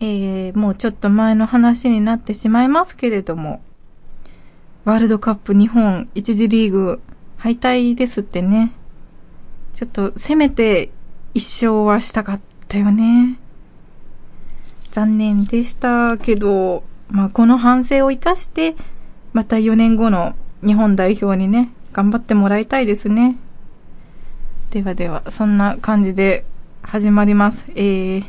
ーもうちょっと前の話になってしまいますけれども、ワールドカップ日本一次リーグ敗退ですってね。ちょっとせめて一勝はしたかったよね。残念でしたけど、まあこの反省を生かして、また4年後の日本代表にね、頑張ってもらいたいですね。ではでは、そんな感じで始まります。えー、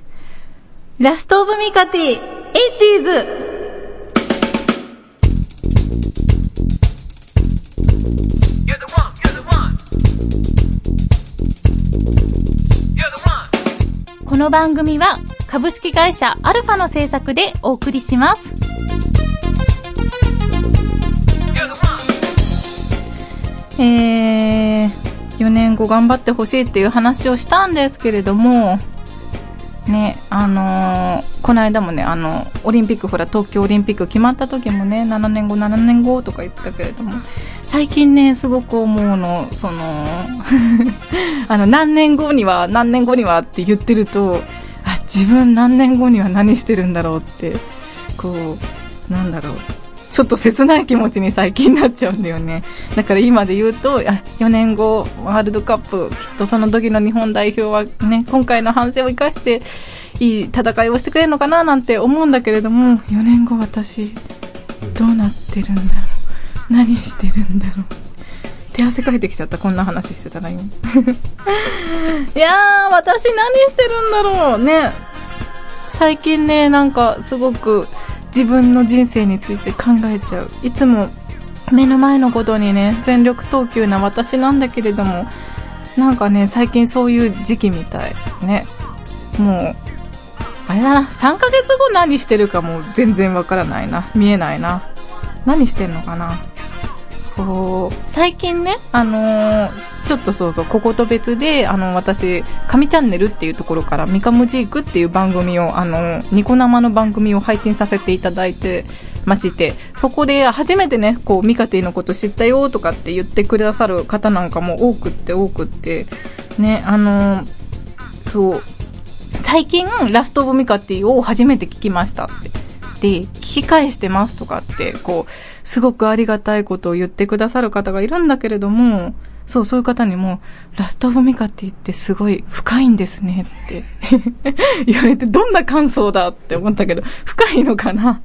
ラストオブミカティ、80s! この番組は株式会社アルファの制作でお送りします。えー、4年後頑張ってほしいっていう話をしたんですけれども、ね、あのーこの間もね、あの、オリンピック、ほら、東京オリンピック決まった時もね、7年後、7年後とか言ってたけれども、最近ね、すごく思うの、 その、あの、何年後には、何年後にはって言ってると、あ、自分何年後には何してるんだろうって、こう、なんだろう。ちょっと切ない気持ちに最近なっちゃうんだよね。だから今で言うと、あ4年後、ワールドカップ、きっとその時の日本代表はね、今回の反省を生かして、いい戦いをしてくれるのかななんて思うんだけれども、4年後私、どうなってるんだろう。何してるんだろう。手汗かいてきちゃった。こんな話してたら今。 いやー、私何してるんだろう。ね。最近ね、なんかすごく自分の人生について考えちゃう。いつも目の前のことにね、全力投球な私なんだけれども、なんかね、最近そういう時期みたい。ね。もう、あれだな、3ヶ月後何してるかもう全然わからないな。見えないな。何してんのかなこう、最近ね、あのーちょっとそうそう、ここと別で、あの、私、神チャンネルっていうところから、ミカムジークっていう番組を、あの、ニコ生の番組を配信させていただいてまして、そこで初めてね、こう、ミカティのこと知ったよとかって言ってくださる方なんかも多くって多くって、ね、あのーそう、最近、ラストオブミカティを初めて聞きましたって。で、聞き返してますとかって、こう、すごくありがたいことを言ってくださる方がいるんだけれども、そう、そういう方にも、ラストオブミカティってすごい深いんですねって 言われて、どんな感想だって思ったけど、深いのかな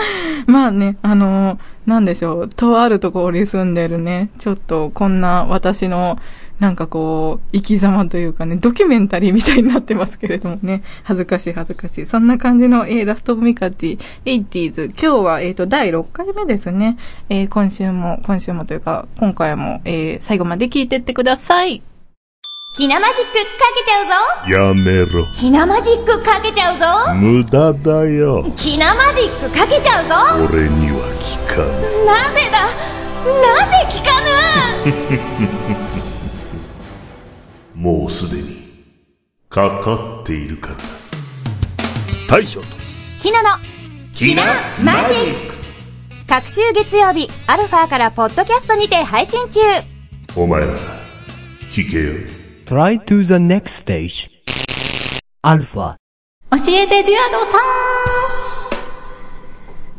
まあね、あのなんでしょう、とあるところに住んでるね、ちょっとこんな私の、なんかこう、生き様というかね、ドキュメンタリーみたいになってますけれどもね、恥ずかしい恥ずかしい。そんな感じの、えーラストオブミカティ、80s。今日は、えっ、と、第6回目ですね。えー今週も、今週もというか、今回も、えー最後まで聞いてってください。ひなマジックかけちゃうぞやめろひなマジックかけちゃうぞ無駄だよひなマジックかけちゃうぞ俺には聞かねなぜだなぜ聞かぬえもうすでにかかっているからだ大将とひなのキなマジック各週月曜日アルファからポッドキャストにて配信中お前ら聞けよ Try to the next stage. Alpha. 教えてデュアドさ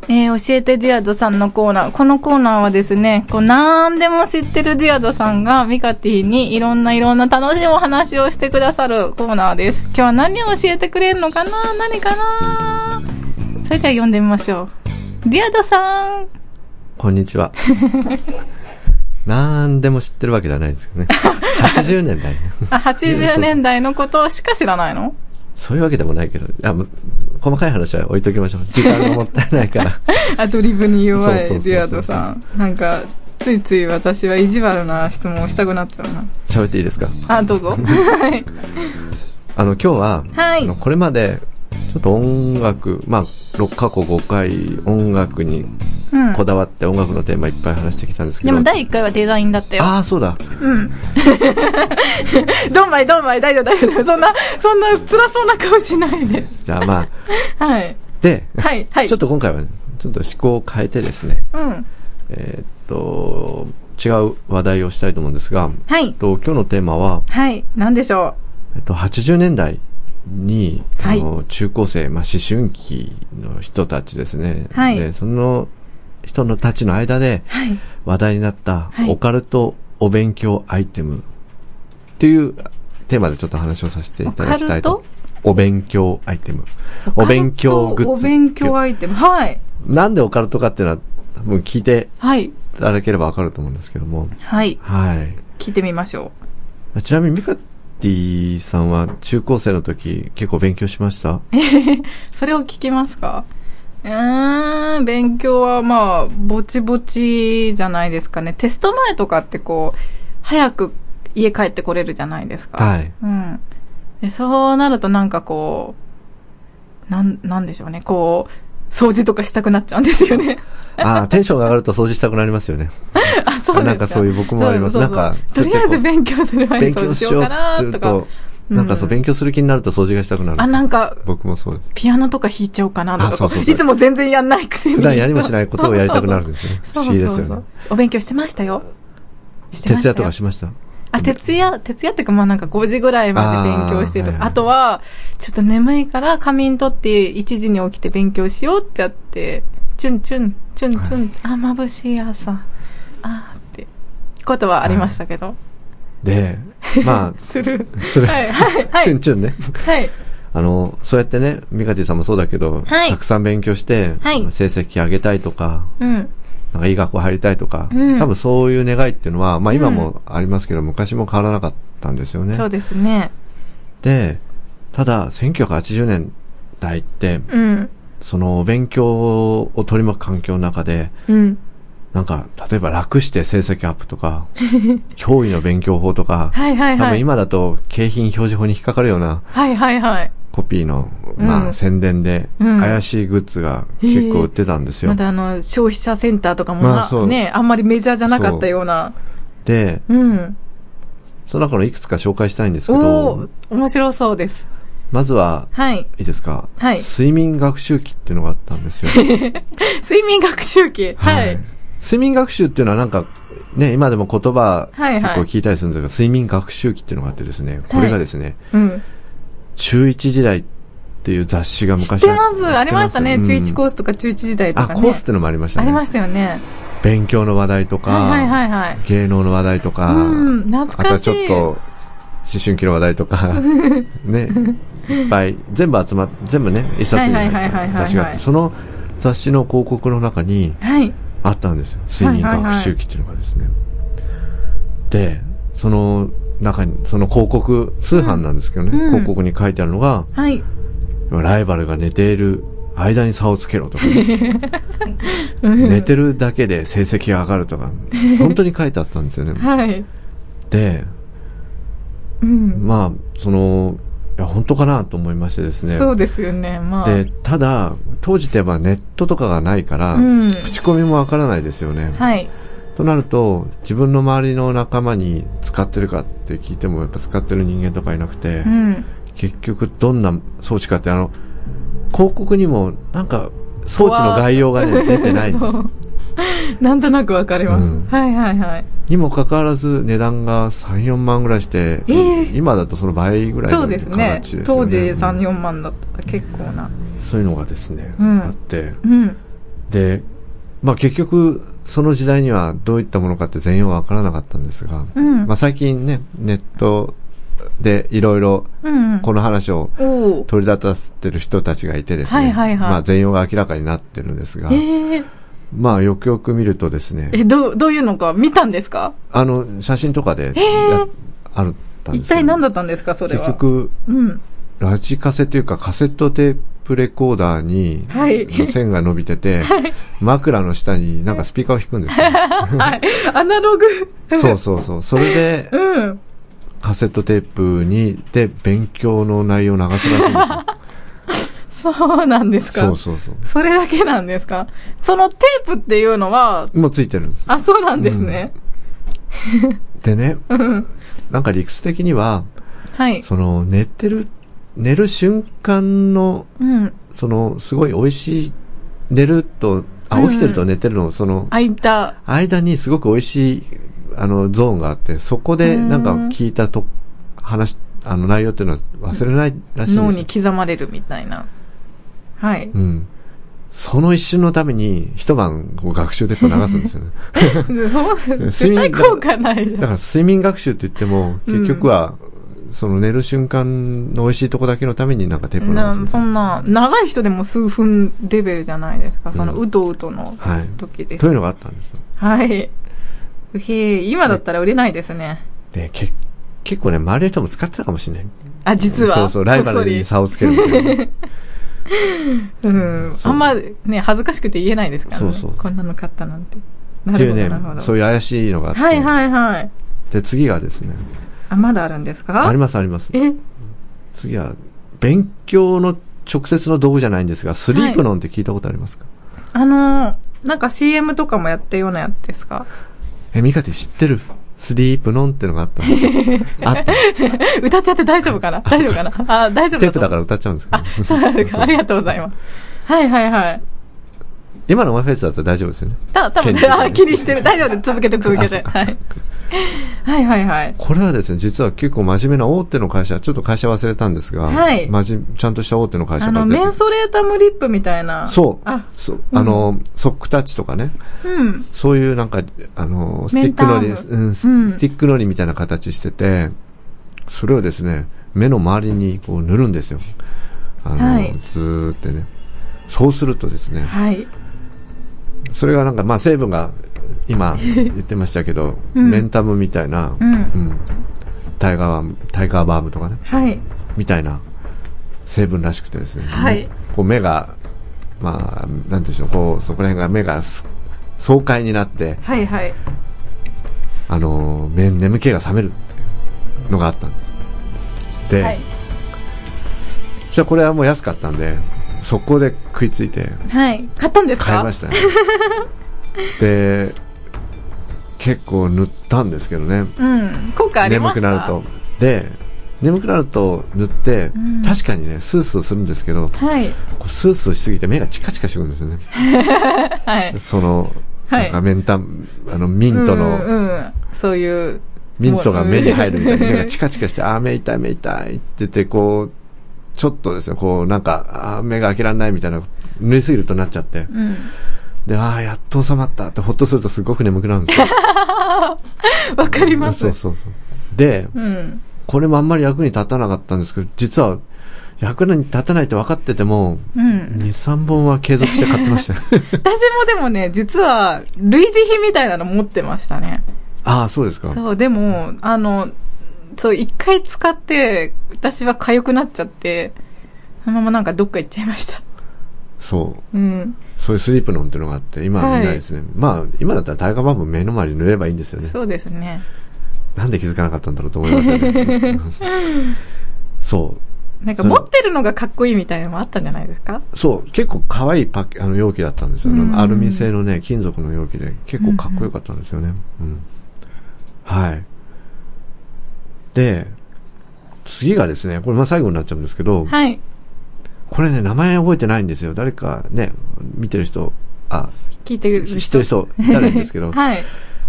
んえー、教えてデュアドさんのコーナー。このコーナーはですね、こう、なんでも知ってるデュアドさんが、ミカティにいろんないろんな楽しいお話をしてくださるコーナーです。今日は何を教えてくれるのかな何かなそれでは読んでみましょう。デュアドさんこんにちは。 なんでも知ってるわけじゃないですけどね。80年代。あ、80年代のことしか知らないのそういうわけでもないけど、あもう細かい話は置いときましょう。時間がもったいないから。 アドリブに弱いそうそうそうそうデュアドさん。なんか、ついつい私は意地悪な質問をしたくなっちゃうな。喋っていいですかあ、どうぞ。はい。あの、今日は、はいあのこれまで、ちょっと音楽、まあ、6過去5回音楽にうんこだわって音楽のテーマいっぱい話してきたんですけ でど。も第1回はデザインだったよ。ああ、そうだ。うん。どんまいどんまい、大丈夫大丈夫。そんな、そんな辛そうな顔しないで。じゃあまあ、はい。で、はい、はい。ちょっと今回はね、ちょっと思考を変えてですね、うん。えーっと、違う話題をしたいと思うんですが、はえいっ。と、今日のテーマは、はい。なんでしょえっと、80年代に、はいあの中高生、まあ、思春期の人たちですね、はいでその人のたちの間ではい。話題になったはいオカルトお勉強アイテムっていうテーマでちょっと話をさせていただきたいオカとル。お勉強アイテム。お勉強グッズ。お勉強アイテム。はい。なんでオカルトかっていうのは多分聞いてはい。いただければわかると思うんですけども。はい。はい。聞いてみましょちなみにミカティさんは中高生の時結構勉強しましたう。それを聞きますかうーん、勉強はまあ、ぼちぼちじゃないですかね。テスト前とかってこう、早く家帰ってこれるじゃないですか。はい。うん。でそうなるとなんかこう、なん、なんでしょうね。こう、掃除とかしたくなっちゃうんですよね。ああ、テンションが上がると掃除したくなりますよね。 あ、そうですかなんかそういう僕もありますそうそうそうなんかとりあえず勉強する前に勉掃除強ししよようかうってな言うとかと。、なんかそう、うん勉強する気になると掃除がしたくなあ、る。なんか、僕もそうです。ピアノとか弾いちゃおうかなとかあこうそうそうそういつも全然やんないくせに。普段やりもしないことをやりたくなるんですね。不 そう思そう議そうですよね。お勉強してましたよ。してまし徹たよ夜とかしましたあ、徹夜、徹夜っていうか、まあなんか5時ぐらいまで勉強してとか、あーはいあ,、はいとは、ちょっと眠いから仮眠取って1時に起きて勉強しようってやって、チュンチュン、チュンチュン、あ、眩しい朝、あーって、ことはありましたけど。で、 まする。あ、それ、はい、はい、はチュいン。チュンね。はい。あの、そうやってね、ミカティさんもそうだけど、はいたくさん勉強して、はい成績上げたいとか、うん。なんかいい学校入りたいとか、うん多分そういう願いっていうのは、まあ今もありますけど、昔も変わらなかったんですよねそ。うですね。で、ただ、1980年代って、うん。そのお勉強を取り巻く環境の中で、うん。なんか、例えば楽して成績アップ とか、脅威の勉強法とか、はい、はい、多は分い。今だと景品表示法に引っかかるようなはい、はい、はい。コピーの、うんまあ、宣伝で、うん怪しいグッズが結構売ってたんですよ。まだあの、消費者センターとかもまあなそうね、あんまりメジャーじゃなかったような。で、うん。その中のいくつか紹介したいんですけおーど、面白そうです。まずは、はい。いいですか、はい睡眠学習期っていうのがあった んですよ。睡眠学習期。はい。。睡眠学習っていうのはなんか、ね、今でも言葉、はいはい結構聞いたりするんですが、睡眠学習期っていうのがあってですね、これがですね、うん。中1時代っていう雑誌が知っ昔てあます。ありましたね。中1コースースとか中1時代とあ、かね。コースってのもありましたあね。りましたよね。勉強の話題とか、はいはいはいはい。芸能の話題とか、うん懐かしいあとはちょっと、思春期の話題と か、ね、いっぱい、全部集まっ、全部ね、一冊に入はいはいはいはいはっいた雑誌があって、その雑誌の広告の中にはい。あったんですよ。睡眠学習期っていうのがですね。で、その中に、その広告、通販なんですけどね、うん広告に書いてあるのが、はい。ライバルが寝ている間に差をつけろとか、ね、 寝てるだけで成績が上がるとか、本当に書いてあったんですよね。 はい。で、うん。まあ、その、いや、本当かなと思いましてですね。そうですよね。まあ。で、ただ、当時ってやっぱネットとかがないから、うん。口コミもわからないですよね。はい。となると、自分の周りの仲間に使ってるかって聞いても、やっぱ使ってる人間とかいなくて、うん。結局どんな装置かって、あの、広告にもなんか装置の概要がね、出てな いんですよ。なんとなくわかります。うんはいはいはい。にもかかわらず値段が3、4万ぐらいして、えー今だとその倍ぐらいそのう形でですすよねね。当時3、うん4万だった。結構な。そういうのがですね、うんあって、うん。で、まあ結局、その時代にはどういったものかって全容はわからなかったんですが、うん。まあ最近ね、ネットでいろいろうん。この話をおー取り立たせてる人たちがいてですね、はいはいはいまあ全容が明らかになってるんですが、えーまあよくよく見るとですね、え、どう、どういうのか見たんですかあの、写真とかでや、あるったんで一すけど体何だったんですかそれは。結局、うん。ラジカセというかカセットテープレコーダーに、はいの線が伸び てて、枕の下になんかスピーカーを引くんですよ。はい。アナログ。そうそうそう。それで、うん。カセットテープに、で、勉強の内容を流 すらしいんですよ。そうなんですかそうそうそう。それだけなんですかそのテープっていうのは、もうついてるんです。あ、そうなんですね。でね、うん。なんか理屈的には、はい。その、寝てる、寝る瞬間の、うん。その、すごい美味しい、寝ると、あ、起きてると寝てるの、その、開いた。間にすごく美味しい、あの、ゾーンがあって、そこでなんかうん聞いたと、話あの内容っていうのは忘れないらしいんですよ脳に刻まれるみたいな。はい。うん。その一瞬のために一晩こう学習でこう流す んですよね。絶対効果ないじだゃん。から睡眠学習って言っても、うん結局は、その寝る瞬間の美味しいとこだけのためになんかテープ流すなみたそいんな、長い人でも数分レベルじゃないですか。その、うんうとうとのはい。時です。というのがあったんですよ。はい。うへえ、今だったら売れないですね。で、け結構ね、周りの人も使ってたかもしれない。あ、実は。そうそう、ライバルに差をつけるみ たいな。うん。そあうんまね、恥ずかしくて言えないですからね。そうそうこんなの買ったなんて。なっているうほど、ねなるほ、ど。そういう怪しいのがあって。はいはいはい。で、次がですね、あ、まだあるんですかありますあります。え次は、勉強の直接の道具じゃないんですが、スリープノンって聞いたことありますか、あのー、なんか CM とかもやったようなやつですか え、ミカティ知ってるスリープノンってのがあったん ですよ。あった。歌っちゃって大丈夫かな大丈夫かなあ、大丈夫テープだかから歌っちゃうんですけど。そうなんですか。ありがとうございます。はいはいはい。今のマイフェイスだったら大丈夫ですよね。た、多分気にしてるあ、気にしてる。大丈夫です。続けて続けて。はい。はいはいはい。これはですね、実は結構真面目な大手の会社、ちょっと会社忘れたんですが、はいまじちゃんとした大手の会社あからの、出てメンソレータムリップみたいな。そう。あ、そう。あの、ソックタッチとかね、うん。そういうなんか、あの、スメティンッタクのーり、ムうん、スうんスティックのりみたいな形してて、それをですね、目の周りにこう塗るんですよ。あの、はいずーってね。そうするとですね、はい。それがなんか、まあ、成分が 今言ってましたけど、うんメンタムみたいな、うんうんタイガーバーム、タイガーバームとかね、はい。みたいな成分らしくてですね、はいこう目が、まあ、なんていうんでしょう、こう、そこら辺が目がす爽快になって、はいはい。あのー、目眠気が覚めるっていうのがあったんです。で、はいそしたらこれはもう安かったんで、速攻で食いついて、はい。買ったんですか買いましたねで結構塗ったんですけどねうん。効果ありま眠しくたなるとで眠くなると塗って、うん確かにねスースーするんですけどはい。こうスースーしすぎて目がチカチカしてくるんですよねはい。その、はいなんかメンタあのミントの、うん、うん。そういう。ミントが目に入るみたいなうん目がチカチカしてあー目痛い目痛いって言ってこうちょっとですねこうなんかあー目が開けられないみたいな塗りすぎるとなっちゃってうん。でああやっと収まったってほっとするとすごく眠くなるんですよ わかります。そうそうそう。で、うん。これもあんまり役に立たなかったんですけど、実は、役に立たないって分かってても、うん。 2、3本は継続して買って ました。私もでもね、実は、類似品みたいなの持ってましたね。ああ、そうですか。そう、でも、あの、そう、一回使って、私は痒くなっちゃって、そのままなんかどっか行っちゃいました。そう。うん。そういうスリープノンっていうのがあって、今は見ないですね。まあ、今だったらタイガーバーム目の周りに塗ればいいんですよね。そうですね。なんで気づかなかったんだろうと思います よね。そなんか持ってるのがかっこいいみたいなのもあったんじゃないですかう。そう。結構可愛いパッケあの容器だったんですよ。うんアルミ製のね、金属の容器で、結構かっこよかったんですよね。うん。はい。で、次がですね、これまあ最後になっちゃうんですけど、はい。これね、名前覚えてないんですよ。誰かね、見てる人、あ、聞いてる人。知ってる人、誰ですけど、 はい。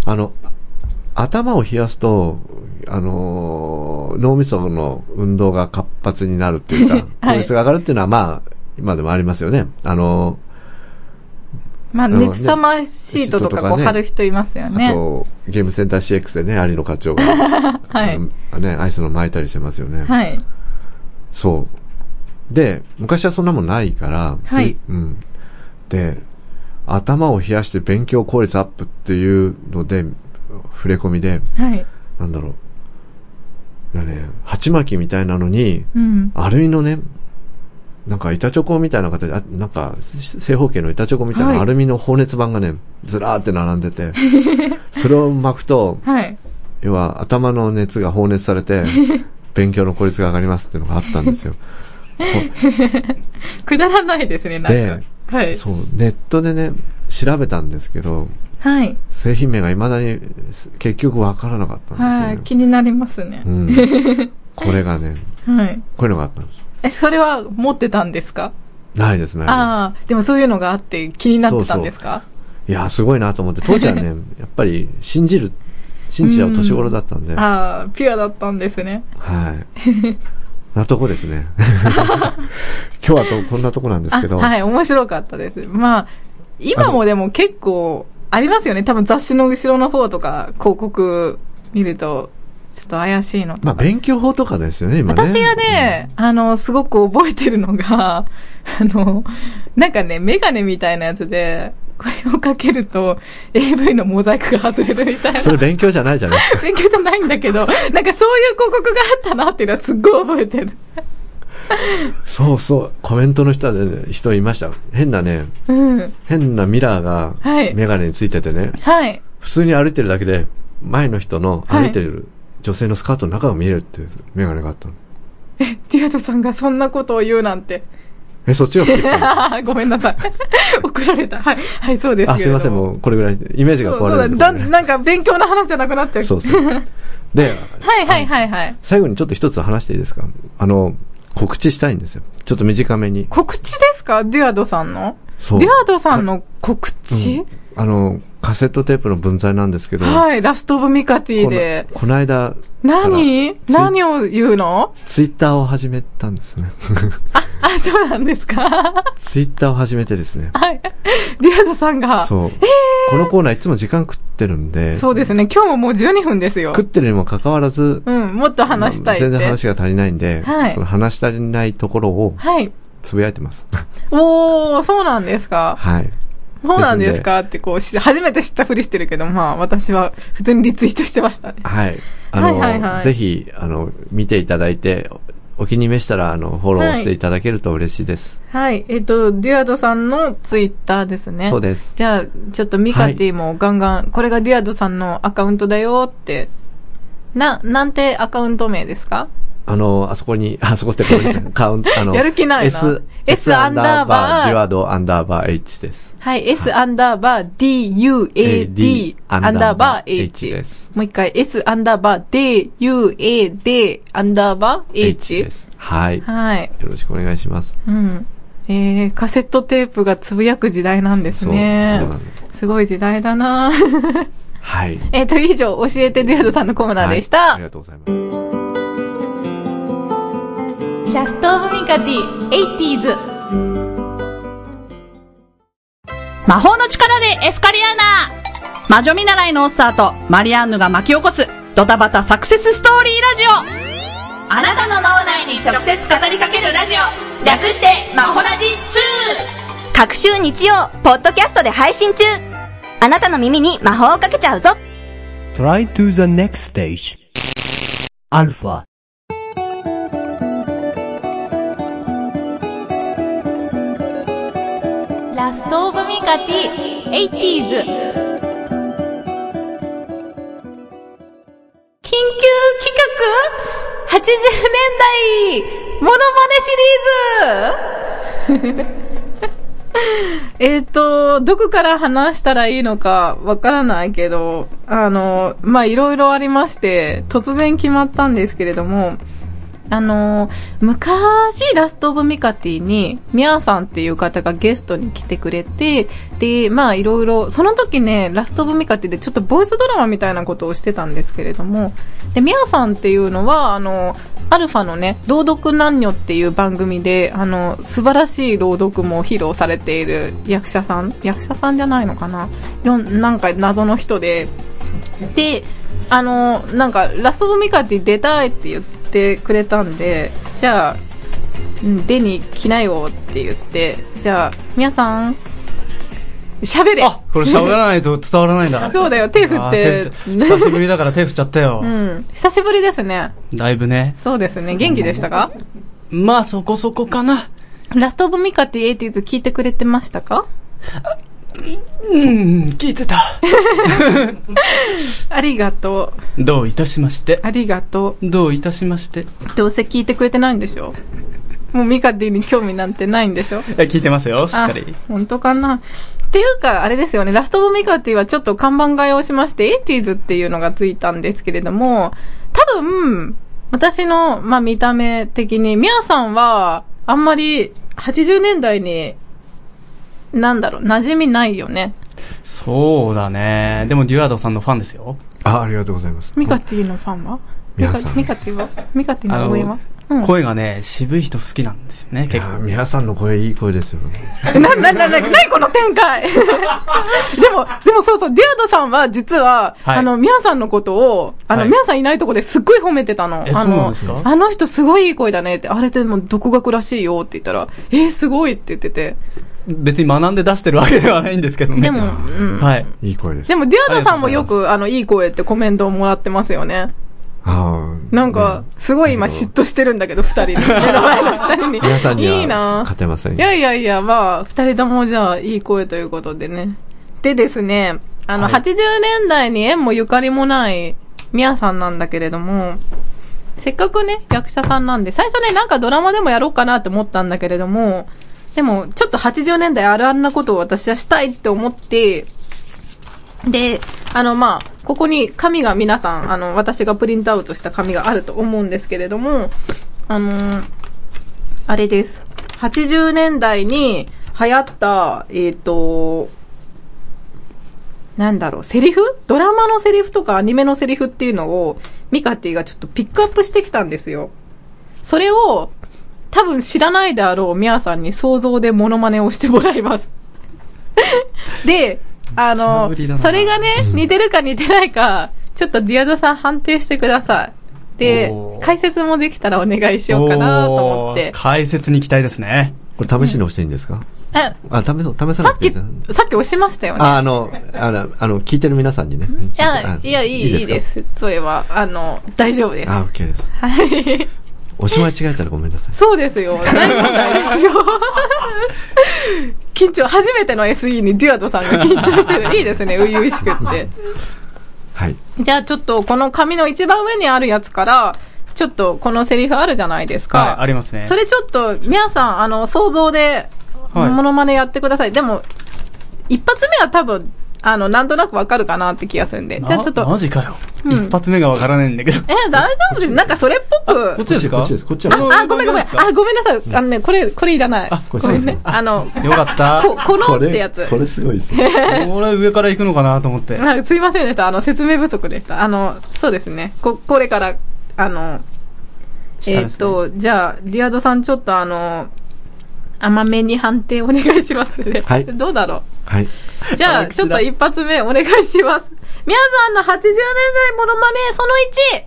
あの、頭を冷やすと、あのー脳みその運動が活発になるっていうか、 はい効率が上がるっていうのは、まあ、今でもありますよね。あのまあ、のね熱さまシートとシートとかかこうね貼る人いますよーあね。と、ゲームセンター CX でね、有野課長 が、はい。あのね、アイスの巻いたりしてますよね。はい。そう。で、昔はそんなもんないから、はいすうん。で、頭を冷やして勉強効率アップっていうので、触れ込みで、はい。なんだろう。だからね、鉢巻きみたいなのに、うん。アルミのね、なんか板チョコみたいな形、あなんか正方形の板チョコみたいはいなアルミの放熱板がね、ずらーって並ん でて、それを巻くと、はい。要は頭の熱が放熱されて、 勉強の効率が上がりますっていうのがあったんですよ。くだらないですね、なんで、か。はい。そう、ネットでね、調べたんですけど、はい。製品名が未だに結局わからなかったはんい。です気になりますねよ、。ね。うん。これがね、はい。こういうのがあったんです。え、それは持ってたんですかないですね。ああ、でもそういうのがあって気になってたんですかいや、すごいなと思って、当時はね、やっぱり信じる信じちゃう年頃だったんで、はああ、ピュアだったんですね。い。なとこで すね。今日はとこんなとこなんですあけど、はい、面白かったです。まあ、今もでも結構ありますよね。多分雑誌の後ろの方とか広告見ると、ちょっと怪しいのとか。まあ勉強法とかですよね、今ね。私がね、あの、すごく覚えてるのが、 あの、なんかね、メガネみたいなやつで、これをかけると、AV のモザイクが外れるみたいうん、な。それ勉強じゃないじゃない ですか。勉強じゃないんだけど、なんかそういう広告があったなっていうのはすっごい覚えてる。そうそう、コメントの人で、ね、人いました。変なね、うん。変なミラーがはいメガネについててね、はい。普通に歩いてるだけで、前の人のはい歩いてる女性のスカートの中が見えるっていうメガネがあったの。ティアトさんがそんなことを言うなんて。 え、そっちが降ってきたんですごめんなさい。 怒られた。はい。はい、そうですあ、すいません、う。もうこれぐらい、イメージそがうそ壊うれだるんだで、ね。なんか勉強の話じゃなくなっちゃう。そうそう。で、はいはいはいはい。最後にちょっと一つ話していいですかあの、告知したいんですよ。ちょっと短めに。告知ですかデュアドさんのそうデュアドさんの告知、あの、カセットテープの文在なんですけど、はい、ラストオブミカティこので。この間、何あら何を言うのツイッターを始めたんですね。 あ、そうなんですかツイッターを始めてですね。はい。 デュアドさんが。そう。このコーナーいつも時間食ってるんで、そうですね。今日ももう12分ですよ食。ってるにもかかわらず、うん、もっと話したいって。全然話が足りないんで、はいその話し足りないところをはい。つぶやいてます。おー、そうなんですか。はい。そうなんですかってこうし、初めて知ったふりしてるけど、まあ私は普通にリツイートしてましたね。はい。あの、はいはいはいぜひ、あの、見ていただいて、おお気に召したら、あの、フォローしていただけると嬉しいです。はい。えっ、と、デュアドさんのツイッターですね。そうです。じゃあ、ちょっとミカティもガンガン、これがディアドさんのアカウントだよって。な、なんてアカウント名ですかあの、あそこに、 あそこってごめんな さい。カウント、あの、やる気ないな S、 S アンダーバーデュアドアンダーバー H です。はい、S アンダーバー DUAD アンダーバー H でですす。もう一回 S アンダーバー DUAD アンダーバー H? です。はい。よはい。ろしくお願いします。うん。えー、カセットテープがつぶやく時代なんですそう、ね。そうなんです。すごい時代だな はい。えっと、以上、教えてデュアドさんのコーナーでした。はいありがとうございます。ラストオブミカティ、80s。魔法の力でエフカリアーナ魔女見習いのオッサーとマリアンヌが巻き起こすドタバタサクセスストーリーラジオあなたの脳内に直接語りかけるラジオ略してマホラジ各週日曜、ポッドキャストで配信中あなたの耳に魔法をかけちゃうぞ Try to the next stage. Alpha. ラストオブミカティ、80s。緊急企画 ?80 年代、モノマ えっ、と、どこから話したらいいのかわからないけど、あの、まあ、いろいろありまして、突然決まったんですけれども、あの、昔、ラストオブミカティに、ミアさんっていう方がゲストに来てくれて、で、まあいろいろ、その時ね、ラストオブミカティでちょっとボイスドラマみたいなことをしてたんですけれども、で、ミアさんっていうのは、あの、アルファのね、朗読男女っていう番組で、あの、素晴らしい朗読も披露されている役者さん、役者さんじゃないのかなよんなんか謎の人で、で、あの、なんか、ラストオブミカティ出たいって言ってくれたんで、じゃあ、うん出に来なよって言って、じゃあ、皆さん、喋れあ、これ喋らないと伝わらないんだ。 そうだよ、手振あっーて手。振っ ちゃ久しぶりだから手振っちゃったよう。ん、久しぶりですね。だいぶね。そうですね。元気でしたかまあそこそこかな。ラストオブミカティ80聞いてくれてましたかうん、聞いてた。ありがとう。どういたしまして。ありがと。どういたしまして。いうどうせ聞いてくれてないんでしょもうミカティに興味なんてないんでしょや聞いてますよ、しっかり。あ本当かな。っていうか、あれですよね、ラストボミカティはちょっと看板替えをしまして、エイティーズっていうのがついたんですけれども、多分、私の、まあ、見た目的に、ミャーさんは、あんまり、80年代に、なんだろう、馴染みないよね。そうだね。でもデュアードさんのファンですよ。あ、ありがとうございます。ミカティのファンはミ皆カさん。ミいカティはミカティの応援は声がね、渋い人好きなんですよね、結や構。皆さんの声いい声ですよね。えな、な、な、な、なにこの展 開でも、でもそうそう、デュードさんは実は、はいあの、ミヤさんのことを、あの、はいミヤさんいないとこですっごい褒めてたの。え、あそうなんので、すかあの人すごいいい声だねって、あれでも独学らしいよって言ったら、えー、すごいって言ってて。別に学んで出してるわけではないんですけどね。でも、うん。はい。いい声です。でも、デュードさんもよありく、あの、いい声ってコメントをもらってますよね。ああなんか、すごい今嫉妬してるんだけど、二人に。目の前の二人に。皆さんにいいはなぁ勝てませんよいやいやいや、まあ、二人ともじゃあ、いい声ということでね。でですね、あの、はい80年代に縁もゆかりもない、みやさんなんだけれども、せっかくね、役者さんなんで、最初ね、なんかドラマでもやろうかなって思ったんだけれども、でも、ちょっと80年代あるあるなことを私はしたいって思って、で、あの、まあ、ここに紙が皆さん、あの、私がプリントアウトした紙があると思うんですけれども、あのーあれです。80年代に流行った、えっ、と、なんだろう、セリフドラマのセリフとかアニメのセリフっていうのを、ミカティがちょっとピックアップしてきたんですよ。それを、多分知らないであろうミヤさんに想像でモノマネをしてもらいます。 で、あめっちゃのぶりだ、なそれがね、似てるか似てないか、ちょっとディアドさん判定してください。でお、ー解説もできたらお願いしようかなと思っておー。解説に期待ですね。これ試しに押していいんですかえあ、試そう、試ささなっくていき、いでさすねっき押しましたよね。あ、あの、あの、あの、聞いてる皆さんにね。いや、いや、いい、いいでか。す。それは、あの、大丈夫です。あ、OK です。はい。おしまい違えたらごめんなさい。そうですよ。大問題ですよ。 緊張、初めての SE にデュアドさんが緊張してる。いいですね、初々しくって。はい。じゃあちょっと、この紙の一番上にあるやつから、ちょっと、このセリフあるじゃないですか。はい、ありますね。それちょっと、皆さん、あの、想像で、はいモノマネやってください。でも、一発目は多分、あの、なんとなくわかるかなって気がするんで。じゃあちょっなとマ、ジかよ。うん一発目がわからないんだけど。え、大丈夫です。なんかそれっぽこっく。ちですかこっちです。こっちはもう。あ、ごめんごめん。あ、ごめんなさい。あのね、これ、これいらない。あこれごめんねそうです。あの、よか った。こ、ここのってやれつ。、これすごいですね。俺上から行くのかなと思って。あすいませんでした。あの、説明不足でした。あの、そうですね。こ、これから、あの、下えでーっすねと、じゃあ、ディアドさん、ちょっとあの、甘めに判定お願いしますね。はいどうだろはい。う。じゃあ、私だちょっと一発目お願いします。皆さんの80年代モノマネ、その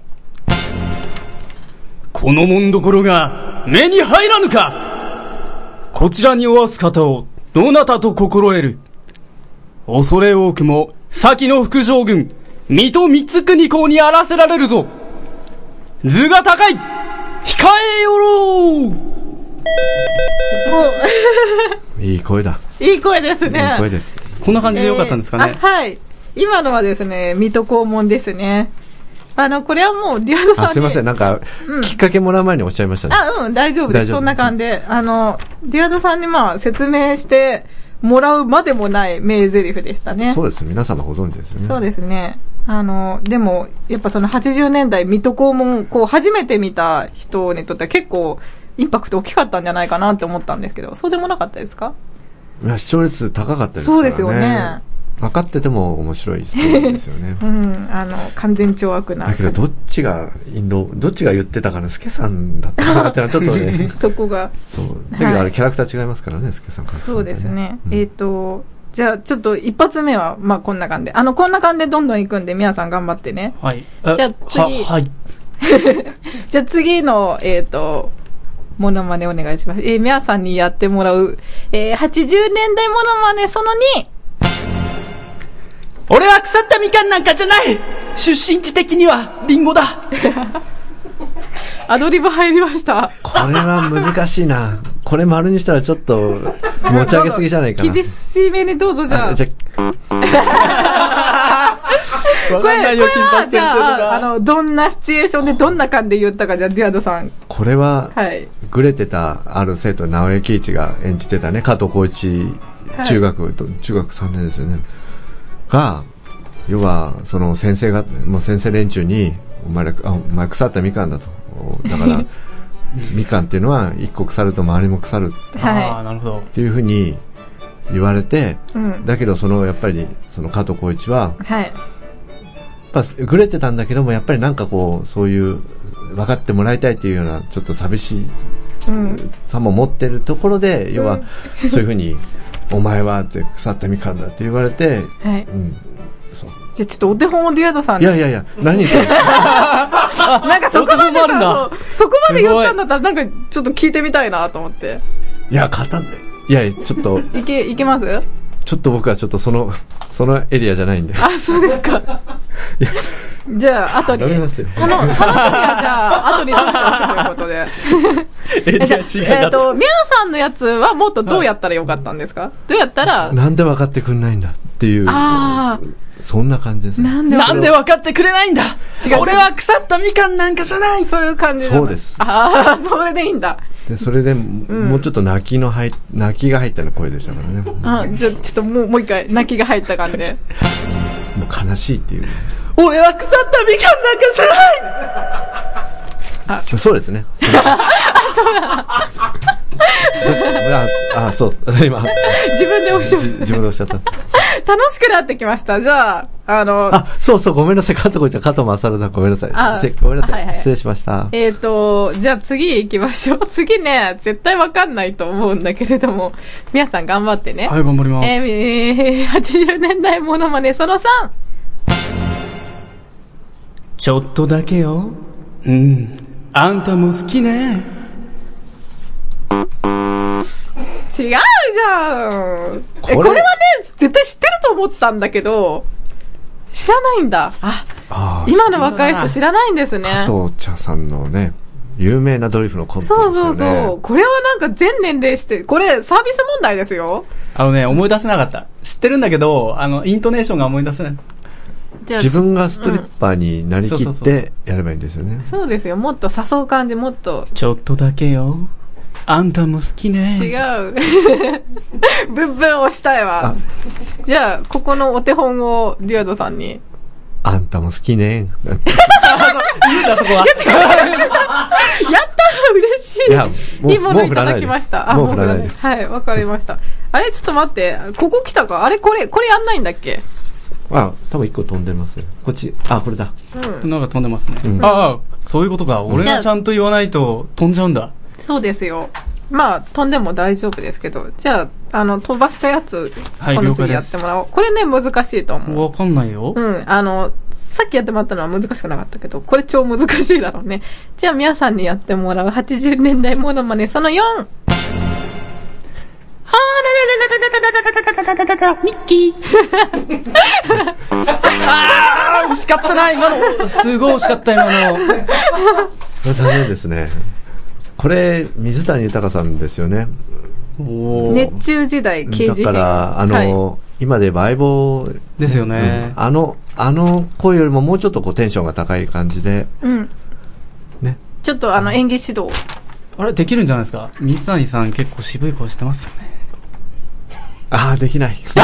1。このもんどころが目に入らぬかこちらにおわす方をどなたと心得る恐れ多くも先の副将軍、水戸光国公にあらせられるぞ図が高い控えよろういい声だ。いい声ですいね。い声です。こんな感じでよかったんですかね、えーあはい。今のはですね、水戸黄門ですね。あの、これはもう、ディアドさんあ、に。すいません。なんか、きっかけもらう前におっしゃいましたね。あ、うん、大丈夫で大す。丈夫そんな感じで。あの、ディアドさんにまあ、説明してもらうまでもない名台詞でしたね。そうです。皆様ご存知ですよね。そうですね。あの、でも、やっぱその80年代、水戸黄門、こう、初めて見た人にとっては結構、インパクト大きかったんじゃないかなって思ったんですけど、そうでもなかったですかいや視聴率高かったですかそらね。うですよね。分かってても面白いストーリーですよね。うん、あの、完全懲悪な。だけど、どっちが印籠、どっちが言ってたかな、スケさんだったかなってのはちょっとね そこが。そう。だけど、はいあれ、キャラクター違いますからね、スケさんからそうですね。うんえっ、と、じゃあ、ちょっと一発目は、まあこんな感じで。あの、こんな感じでどんどん行くんで、皆さん頑張ってね。はい。じゃあ次は、はい。 じゃあ次の、えっ、と、モノマネお願いします。えー、皆さんにやってもらう、えー、80年代モノマネその2。俺は腐ったみかんなんかじゃない出身地的にはリンゴだアドリブ入りました。これは難しいな。これ丸にしたらちょっと、持ち上げすぎじゃないかな。厳しめにどうぞじゃあ。あじゃこれ、わかんこないれよ、金髪は、先じ生とゃあ、あか。の、どんなシチュエーションでどんな感で言ったか、じゃあ、ディアドさん。あこれは、はい。グレてたある生徒、直江喜一が演じてたね、加藤浩一中学、中学3年ですよね。が、要は、その先生が、もう先生連中に、お前ら、あお前腐ったみかんだと。だから、 みかんっていうのは一個腐ると周りも腐るああ、は Ah, なるほど。っていうふうに言われて、い。うん。だけどそのやっぱりその加藤浩一ははい。ぱグレてたんだけどもやっぱりなんかこうそういう分かってもらいたいっていうようなちょっと寂しい、さも持ってるところで要はそういうふうに「お前は」って腐ったみかんだって言われて、はいうん、じゃあちょっとお手本をディアザさんにいやいやいや何言ってんのなんかそこまで男もあるんだそうそこまで言ったんだったらなんかちょっと聞いてみたいなと思っていや勝たんでいやいやちょっといけいけますちょっと僕はちょっとそのそのエリアじゃないんであそうですかじゃあ後に頼みますよ頼む話はじゃあ後に出すということでエリア違いえだっと。とミャンさんのやつはもっとどうやったらよかったんですかどうやったらなんで分かってくんないんだっていうあそんな感じですあねなんでなんで分かってくれないんだ俺は腐ったみかんなんかじゃないそういう感じなのそうですああそれでいいんだでそれでもうちょっと泣きの入っ泣きが入ったような声でしたからねもあじゃあちょっともうもう一回泣きが入った感じでう悲しいっていう俺は腐ったみかんなんかじゃないそうですね。そうだ。あ、あそう。今、自分で押しじまし自分でおっしちゃった。た楽しくなってきましたじゃああのあ、そうそう、ごめんなさい。加藤こいちゃん、加藤正さん、ごめんなさあい。せごめんなさい,、はいはい失礼しました。えっ、ー、と、じゃあ次行きましょう。 次ね、絶対わかんないと思うんだけれども、皆さん頑張ってね。はい、頑張ります。えーえー80年代モノマネその3。ちょっとだけよ。うん。あんたも好きね。違うじゃん。え、れこれはね、絶対知ってると思ったんだけど、知らないんだ。あ、あー今の若い人知らないんですね。加藤茶さんのね、有名なドリフのコントですそようね。そうそう。これはなんか全年齢して、これサービス問題ですよ。あのね、思い出せなかった。知ってるんだけど、あの、イントネーションが思い出せない。じゃあ自分がストリッパーになりきうんっそうそうてやればいいんですよね。そうですよ。もっと誘う感じ、もっとちょっとだけよ。あんたも好きね。違う。ブンブン押したいわ。じゃあ、ここのお手本をデュアドさんに。あんたも好きね。言うんだ、そこは。やったー 嬉しいいやもういいもものうい振たらないだできました。あ、もう振らないもでう振らないはい、わかりました。あれ、ちょっと待って。ここ来たかあれ、これ、これやんないんだっけ あ、多分一個飛んでますよ。こっち、あ、これだ。なんか飛んでますね。うんああ、そういうことか。俺がちゃんと言わないと飛んじゃうんだ。そうですよ。まあ、飛んでも大丈夫ですけど。じゃあ、あの、飛ばしたやつ、はいこの了解次ですやってもらおう。これね、難しいと思う。わかんないよ。うん、あの、さっきやってもらったのは難しくなかったけど、これ超難しいだろうね。じゃあ皆さんにやってもらう80年代モノマネその 4! あミッキー。あ惜しかったな、今の。すごい惜しかった、今の。これ残念ですね。これ、水谷豊さんですよね。おー熱中時代刑事だか編。ら、あはい、の、今で言えば相棒ですよね。あの、あの声よりももうちょっとこうテンションが高い感じで、うん。ね。ちょっとあの演技指導。あれ、できるんじゃないですか水谷さん結構渋い声してますよね。ああ、できない。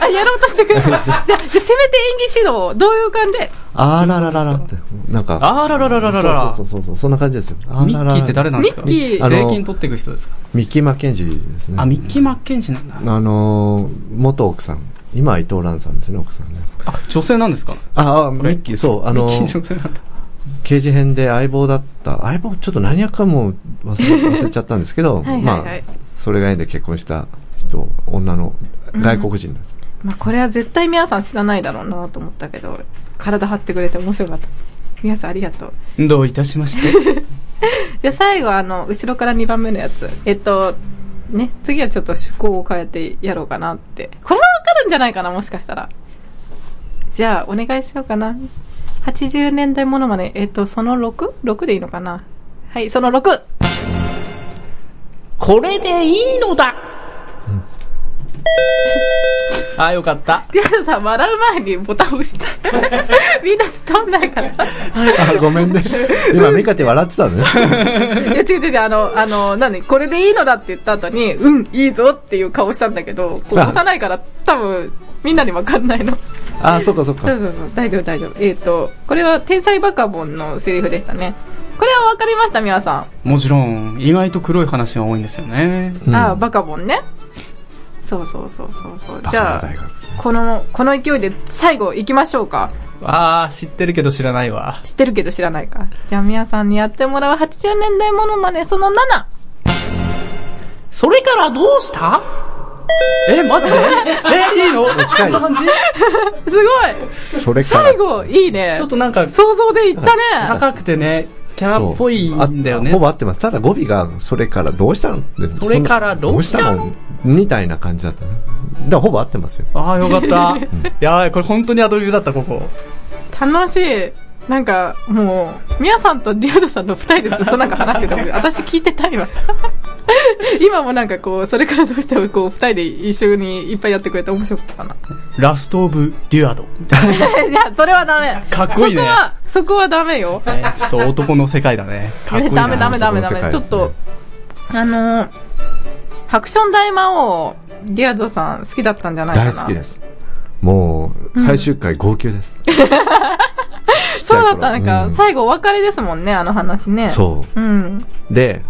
あ、やろうとして くれた。じゃあ、じゃあせめて演技指導。どういう感じで。あーららららって、なんか。あらららららららそうそうそうそう、そんな感じですよ。あミらららッキーって誰なんですかミッキーあの税金取っていく人ですかミッキー・マッケンジーですね。あ、ミッキー・マッケンジーなんだ。あのー、元奥さん。今は伊藤蘭さんですね、奥さんね。あ、女性なんですかああ、ミこれッキー、そう、あミのッキーー、女性なんだ。刑事編で相棒だった、相棒ちょっと何役かも忘れ忘れちゃったんですけど、いはいまあはい、それが縁で結婚した人、女の外 国人です。まあ、これは絶対皆さん知らないだろうなと思ったけど、体張ってくれて面白かった。皆さんありがとう。どういたしま して。じゃあ最後、あの、後ろから2番目のやつ。えっと、ね、次はちょっと趣向を変えてやろうかなって。これはわかるんじゃないかな、もしかしたら。じゃあ、お願いしようかな。80年代ものまね、えっと、その 6?6 でいいのかなはい、その 6! これでいいのだ。あ、よかった。リアルさん、笑う前にボタン押 した。みんな伝わんないからさ。あ、ごめんね。今、ミカテ笑ってた のね。いや、違う違う違う、あの、あの、なんで、これでいいのだって言った後に、うん、いいぞっていう顔したんだけど、こう押さないから、多分、みんなにわかんないの。あ、そっかそそうっか。そうそう、大丈夫大丈夫。えっ、と、これは天才バカボンのセリフでしたね。これはわかりました、皆さもちろん、意外と黒い話が多いんですよね。ん。ああ、バカボンね。そうそうそうそうそう。じゃあバカな大、学この、この勢いで最後行きましょうか。あー、知ってるけど知らないわ。知ってるけど知らないか。じゃあ、みやさんにやってもらう80年代モノマネその 7! それからどうしたえ、マジでえ、いいの近いです感じすごいそれから最後、いいね。ちょっとなんか、想像でいったね。高くてね、キャラっぽいんだよねほ。ぼ合ってます。ただ語尾が、それからどうしたのってそれからどうしたのどうしたのみたいな感じだったね。だからほぼ合ってますよ。ああ、よかった。やばい、これ本当にアドリブだった、ここ。楽しい。なんか、もう、みやさんとディアドさんの二人でずっとなんか話してたけど、私聞いてたいわ。 今もなんかこう、それからどうしてもこう、二人で一緒にいっぱいやってくれて面白かったな。ラストオブ・デュアド。いや、それはダメ。かっこいいねそこは、そこはダメよ。えーちょっと男の世界だね。かっこいいな。ダメダメダメダメ。男の世界ですちねょっと、あのー、ハクション大魔王、ディアドさん好きだったんじゃないかな。大好きです。もう、最終回号泣です。ちっちそゃういだ頃った、なんか、うん最後お別れですもんね、あの話ね。。そううん。う。で、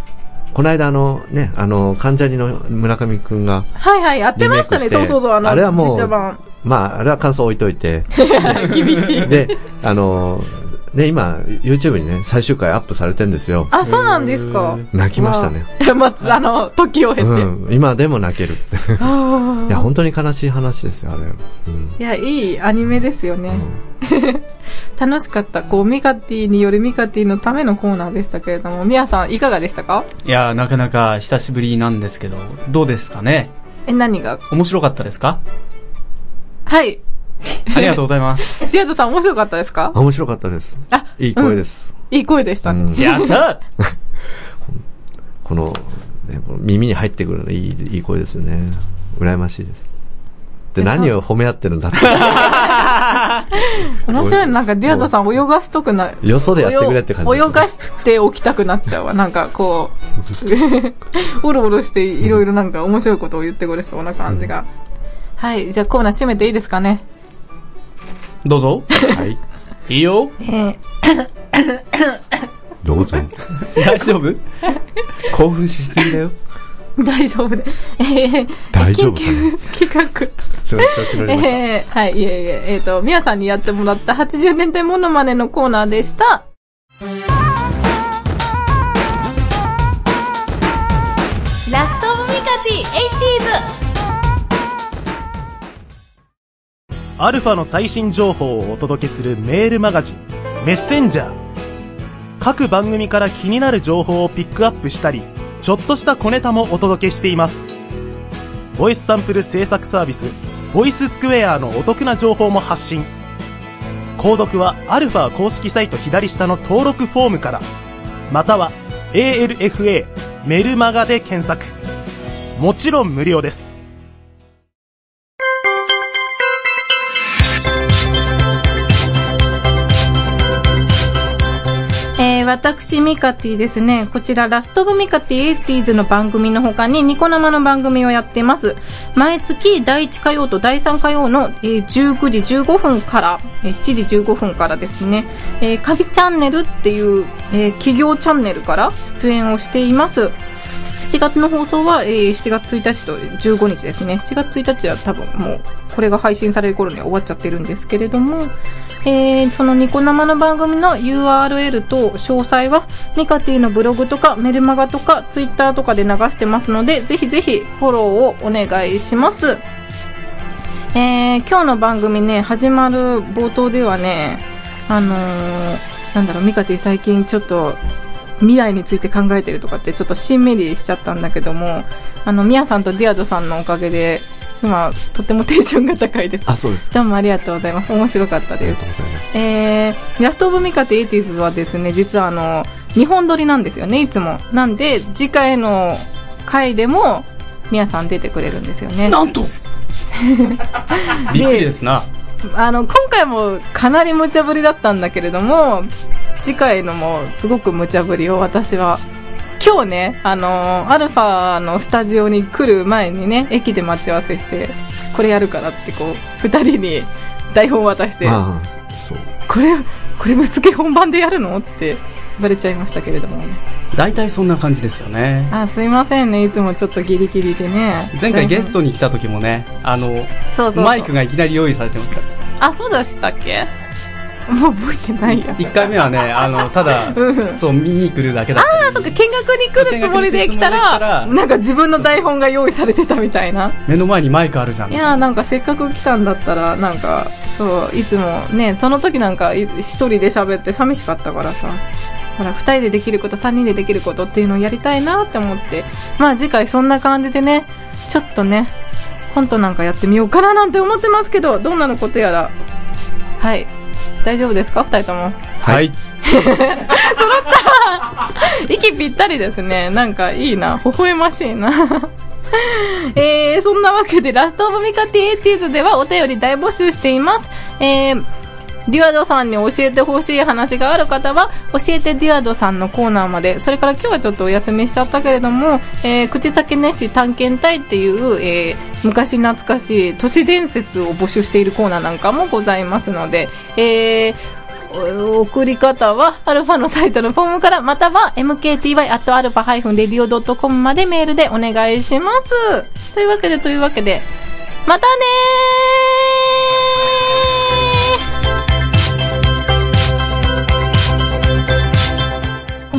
この間あのね、あの、関ジャニの村上くんが、はいはい、やってましたね、リメイそうそうクしてそう、あの、あれはもう実写版。まあ、あれは感想置いといて、 厳しい。で、あの、ね、今、YouTube にね、最終回アップされてんですよ。あ、そうなんですか。泣きましたね。いや、 まず、あの、時を経て。うん、今でも泣ける。あ いや、本当に悲しい話ですよ、あれ。うんーいや、いいアニメですよね。 楽しかった。こう、ミカティによるミカティのためのコーナーでしたけれども、ミヤさん、いかがでしたかいやー、なかなか久しぶりなんですけど、どうですかねえ、何が面白かったですかはい。 ありがとうございます。ディアドさん、面白かったですかあ面白かったです。あ、いい声です。いい声でしたね。うん やったこの、ね、この耳に入ってくるのいい、いい声ですね。羨ましいです。で、何を褒め合ってるんだって。 面白いな。なんか、ディアドさん、泳がしとくな、よそでやってくれって感じ泳です、泳がしておきたくなっちゃうわ。なんかこう、 おろおろしていろいろなんか面白いことを言ってくれそうな感じが。はい。じゃあコーナー閉めていいですかね。どうぞ。はい。いいよ。どうぞ。 大丈夫興奮しすぎだよ。 大丈夫で。えー、大丈夫かな企画。すごい調子乗りました。えー、はい、いえいえ、えっ、と、みやさんにやってもらった80年代モノマネのコーナーでした。ラストオブミカティ 80s! アルファの最新情報をお届けするメールマガジン、メッセンジャー。各番組から気になる情報をピックアップしたり、ちょっとした小ネタもお届けしています。ボイスサンプル制作サービス、ボイススクエアのお得な情報も発信。購読はアルファ公式サイト左下の登録フォームから、または ALFA メルマガで検索。もちろん無料です。えー、私、ミカティですね。こちら、ラストオブミカティ 80s の番組の他に、ニコ生の番組をやっています。毎月、第1火曜と第3火曜の、えー19時15分から、えー7時15分からですね、えーカビチャンネルっていう、えー企業チャンネルから出演をしています。7月の放送は、えー7月1日と15日ですね。7月1日は多分もう、これが配信される頃には終わっちゃってるんですけれども、えーそのニコ生の番組の URL と詳細は、ミカティのブログとかメルマガとか Twitter とかで流してますので、ぜひぜひフォローをお願いします。えー今日の番組ね、始まる冒頭ではね、あのーなんだろう、ミカティ最近ちょっと、未来について考えてるとかってちょっとしんみりしちゃったんだけども、あの、ミヤさんとディアドさんのおかげで、今、とてもテンションが高いです。 あ、そうですどか。うもありがとうございます。面白かったありでがすと。うございます。えー、ラストオブミカティエイティーズはですね、実はあの、日本撮りなんですよね、いつも。なんで、次回の回でも、みやさん出てくれるんですよね。なんとびっくりですな。あの、今回もかなり無茶ぶりだったんだけれども、次回のもすごく無茶ぶりを私は、今日ね、あの、アルファのスタジオに来る前にね、駅で待ち合わせして、これやるからってこう、二人に台本渡して、ああ、そう。これ、これぶっつけ本番でやるのってバレちゃいましたけれどもね。大体そんな感じですよね。あ、すいませんね。いつもちょっとギリギリでね。前回ゲストに来た時もね、あの、そうそうそうマイクがいきなり用意されてました。あ、そうでしたっけもう覚えてないや。 1回目はねあのただ、そう見に来るだけだあったあ、そっか、見学に来るつもりで来たら、なんか自分の台本が用意されてたみたいな。目の前にマイクあるじゃんいやーなんかせっかく来たんだったら、なんか、そう、いつもね、その時なんかい一人で喋って寂しかったからさ。ほら、二人でできること、三人でできることっていうのをやりたいなって思って。まあ次回そんな感じでね、ちょっとね、コントなんかやってみようかななんて思ってますけど、どんなのことやら。はい。大丈夫ですか二人とも。はい 息ぴったりですね。なんかいいな。微笑ましいな。 えー、そんなわけで、ラストオブミカティエイティーズではお便り大募集しています。えー、デュアドさんに教えてほしい話がある方は、教えてデュアドさんのコーナーまで、それから今日はちょっとお休みしちゃったけれども、えー、口先熱し探検隊っていう、えー、昔懐かしい都市伝説を募集しているコーナーなんかもございますので、えー、お送り方は、アルファのサイトのフォームから、または、mkty.alpha-radio.com までメールでお願いします。というわけで、というわけで、またねこ